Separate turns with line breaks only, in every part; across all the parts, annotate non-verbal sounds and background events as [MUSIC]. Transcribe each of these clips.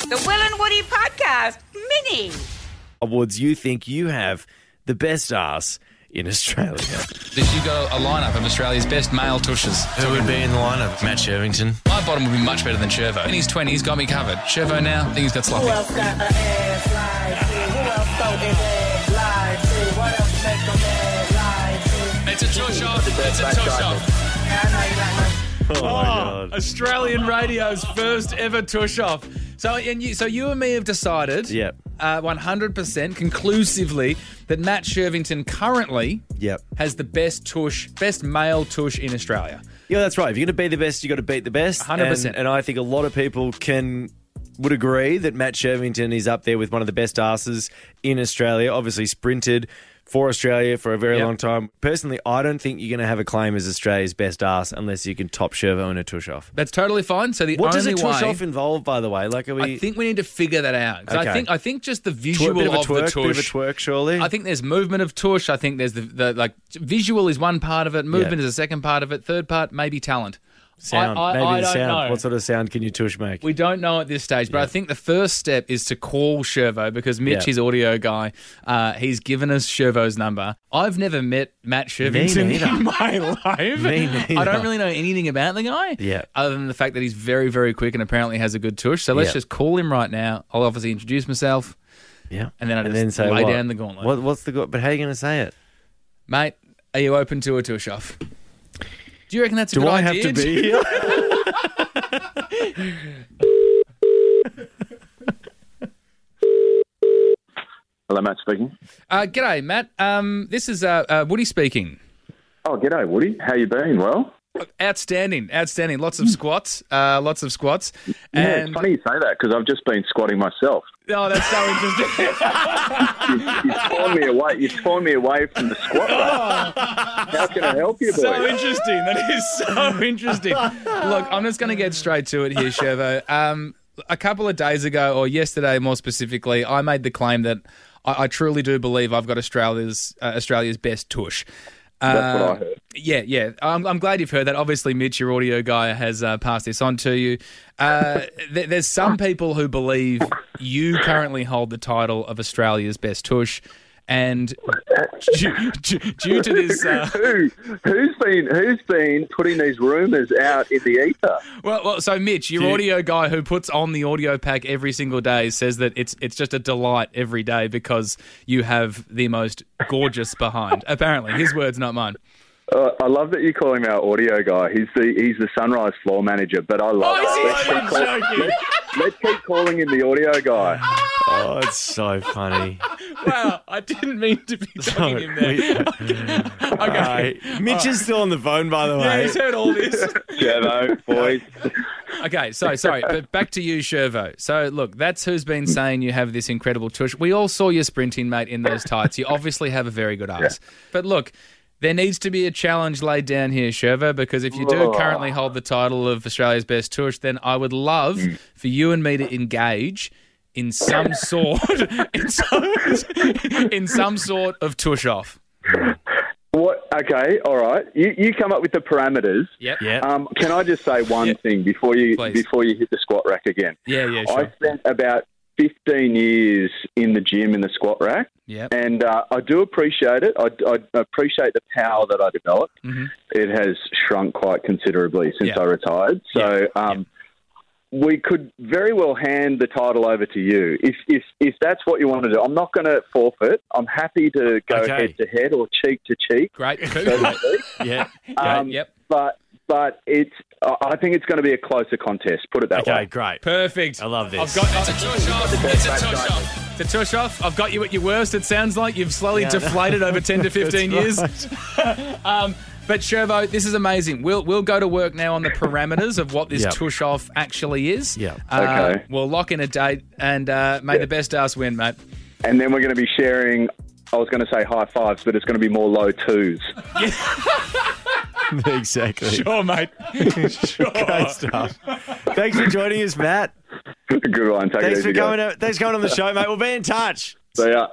The Will and Woody Podcast Mini.
awards you think you have the best ass in Australia.
If you got a lineup of Australia's best male tushes,
Who would be in the lineup? Matt Shervington.
my bottom would be much better than Chervo. In his 20s, got me covered. Chervo now, I think he's got sloppy.
Who else got an ass like you? Who else throw his ass like you? What else make a man like you?
It's a tush off. It's a tush off.
I know you like my
Oh, my God.
Australian radio's first ever tush off. So, and you, so you and me have decided,
Yep.
uh, 100% conclusively that Matt Shervington currently
Yep.
has the best tush, best male tush in Australia.
Yeah, that's right. If you're going to be the best, you got to beat the best.
100%.
And, and I think a lot of people can would agree that Matt Shervington is up there with one of the best asses in Australia. Obviously, sprinted for Australia for a very
Yep.
long time. Personally, I don't think you're going to have a claim as Australia's best ass unless you can top Shervo in a tush off.
That's totally fine. So the
What does
only
a tush
way,
off involve, by the way? Like, are we
I think we need to figure that out. 'Cause
Okay.
I think I think just the
twer-
visual
bit of a
the
twerk,
tush.
bit of a twerk, surely?
I think there's movement of tush. I think there's the, the like visual is one part of it. Movement
Yeah.
is a second part of it. Third part maybe talent.
sound.
I, I,
Maybe
I
the
don't
sound.
know.
What sort of sound can you tush make?
we don't know at this stage, but I think the first step is to call Shervo because Mitch,
Yeah.
his audio guy, uh, he's given us Shervo's number. I've never met Matt Shervington
neither.
in [LAUGHS] my life.
Me neither.
I don't really know anything about the guy,
Yeah.
other than the fact that he's very, very quick and apparently has a good tush. So let's
Yeah.
just call him right now. I'll obviously introduce myself,
yeah.
and then I
And
just
then say
lay
what?
down the gauntlet.
What, what's the gauntlet? But how are you going to say it?
Mate, are you open to a tush off? Do you reckon that's a
Do
good
I have
idea?
to
[LAUGHS]
be here?
Hello, Matt speaking.
Uh, g'day, Matt. Um, this is uh, uh, Woody speaking.
Oh, g'day, Woody. How you been? Well,
Outstanding, outstanding. Lots of squats, uh, lots of squats.
yeah,
And
it's funny you say that because I've just been squatting myself. [LAUGHS]
oh, that's so interesting. [LAUGHS]
You've torn me away. You've torn me away from the squat. mate. How can I help you, boy?
Oh. so interesting. That is
[LAUGHS]
so interesting. Look, I'm just going to get straight to it here, Shervo. Um, a couple of days ago, or yesterday more specifically, I made the claim that I, I truly do believe I've got Australia's uh, Australia's best tush.
That's what I
Uh,
heard.
Yeah, yeah. I'm, I'm glad you've heard that. Obviously, Mitch, your audio guy, has uh, passed this on to you. Uh, th- there's some people who believe you currently hold the title of Australia's best tush, and due, due, due to this, uh,
[LAUGHS] Who, who's been who's been putting these rumours out in the ether?
well, well, so Mitch, your audio guy who puts on the audio pack every single day, says that it's it's just a delight every day because you have the most gorgeous behind. Apparently, his words, not mine.
Uh, I love that you call him our audio guy. He's the he's the Sunrise floor manager, but I love
Oh, is he?
it. Let's keep, call- let's- let's keep calling him the audio guy.
Oh, it's so
[LAUGHS]
funny.
Wow, I didn't mean to be dogging him there.
[LAUGHS] we-
[LAUGHS] Okay.
Hey, Mitch is still on the phone, by the
Yeah,
way.
he's heard all this.
Yeah, no, boys.
okay, so sorry, but back to you, Shervo. So look, that's who's been saying you have this incredible tush. We all saw you sprinting, mate, in those tights. You obviously have a very good ass. But look, there needs to be a challenge laid down here, Shervo, because if you do currently hold the title of Australia's best tush, then I would love
Mm.
for you and me to engage in
[LAUGHS]
some sort in some, in some sort of tush off.
[LAUGHS] What? Okay, all right. You you come up with the parameters.
Yep.
Yeah.
Um, can I just say one thing before you
Please.
before you hit the squat rack again?
Yeah, yeah,
I
sure.
spent about fifteen years in the gym in the squat rack,
Yep.
and uh, I do appreciate it. I, I appreciate the power that I developed.
Mhm.
It has shrunk quite considerably since
Yeah.
I retired. So. Um, We could very well hand the title over to you if, if, if that's what you want to do. I'm not going to forfeit. I'm happy to go
Okay.
head to head or cheek to cheek. [LAUGHS]
Great. [LAUGHS]
so to speak.
yeah.
[LAUGHS] Um,
yep.
But but it's I I think it's going to be a closer contest. Put it that
Okay,
way.
great.
Perfect.
I love this.
I've got it's a tush off. It's a tush off. It's a tush off. I've got you at your worst. It sounds like you've slowly
[LAUGHS]
deflated over ten to fifteen years. um, but Shervo, this is amazing. We'll we'll go to work now
[LAUGHS]
on the parameters of what this
Yep.
tush off actually is.
Yeah.
Uh,
Okay.
We'll lock in a date and uh, may the best ass win, mate.
And then we're going to be sharing. I was going to say high fives, but it's going to be more low twos.
[LAUGHS]
[LAUGHS]
exactly.
Sure, mate.
[LAUGHS] Great
[LAUGHS]
stuff. Thanks for joining us, Matt.
Good one. Take it
Thanks
easy,
for coming.
guys.
o- Thanks for coming on the show, mate. We'll be in touch.
See ya.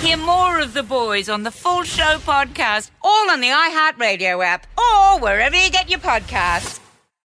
Hear more of the boys on the Full Show podcast, all on the iHeartRadio app or wherever you get your podcasts.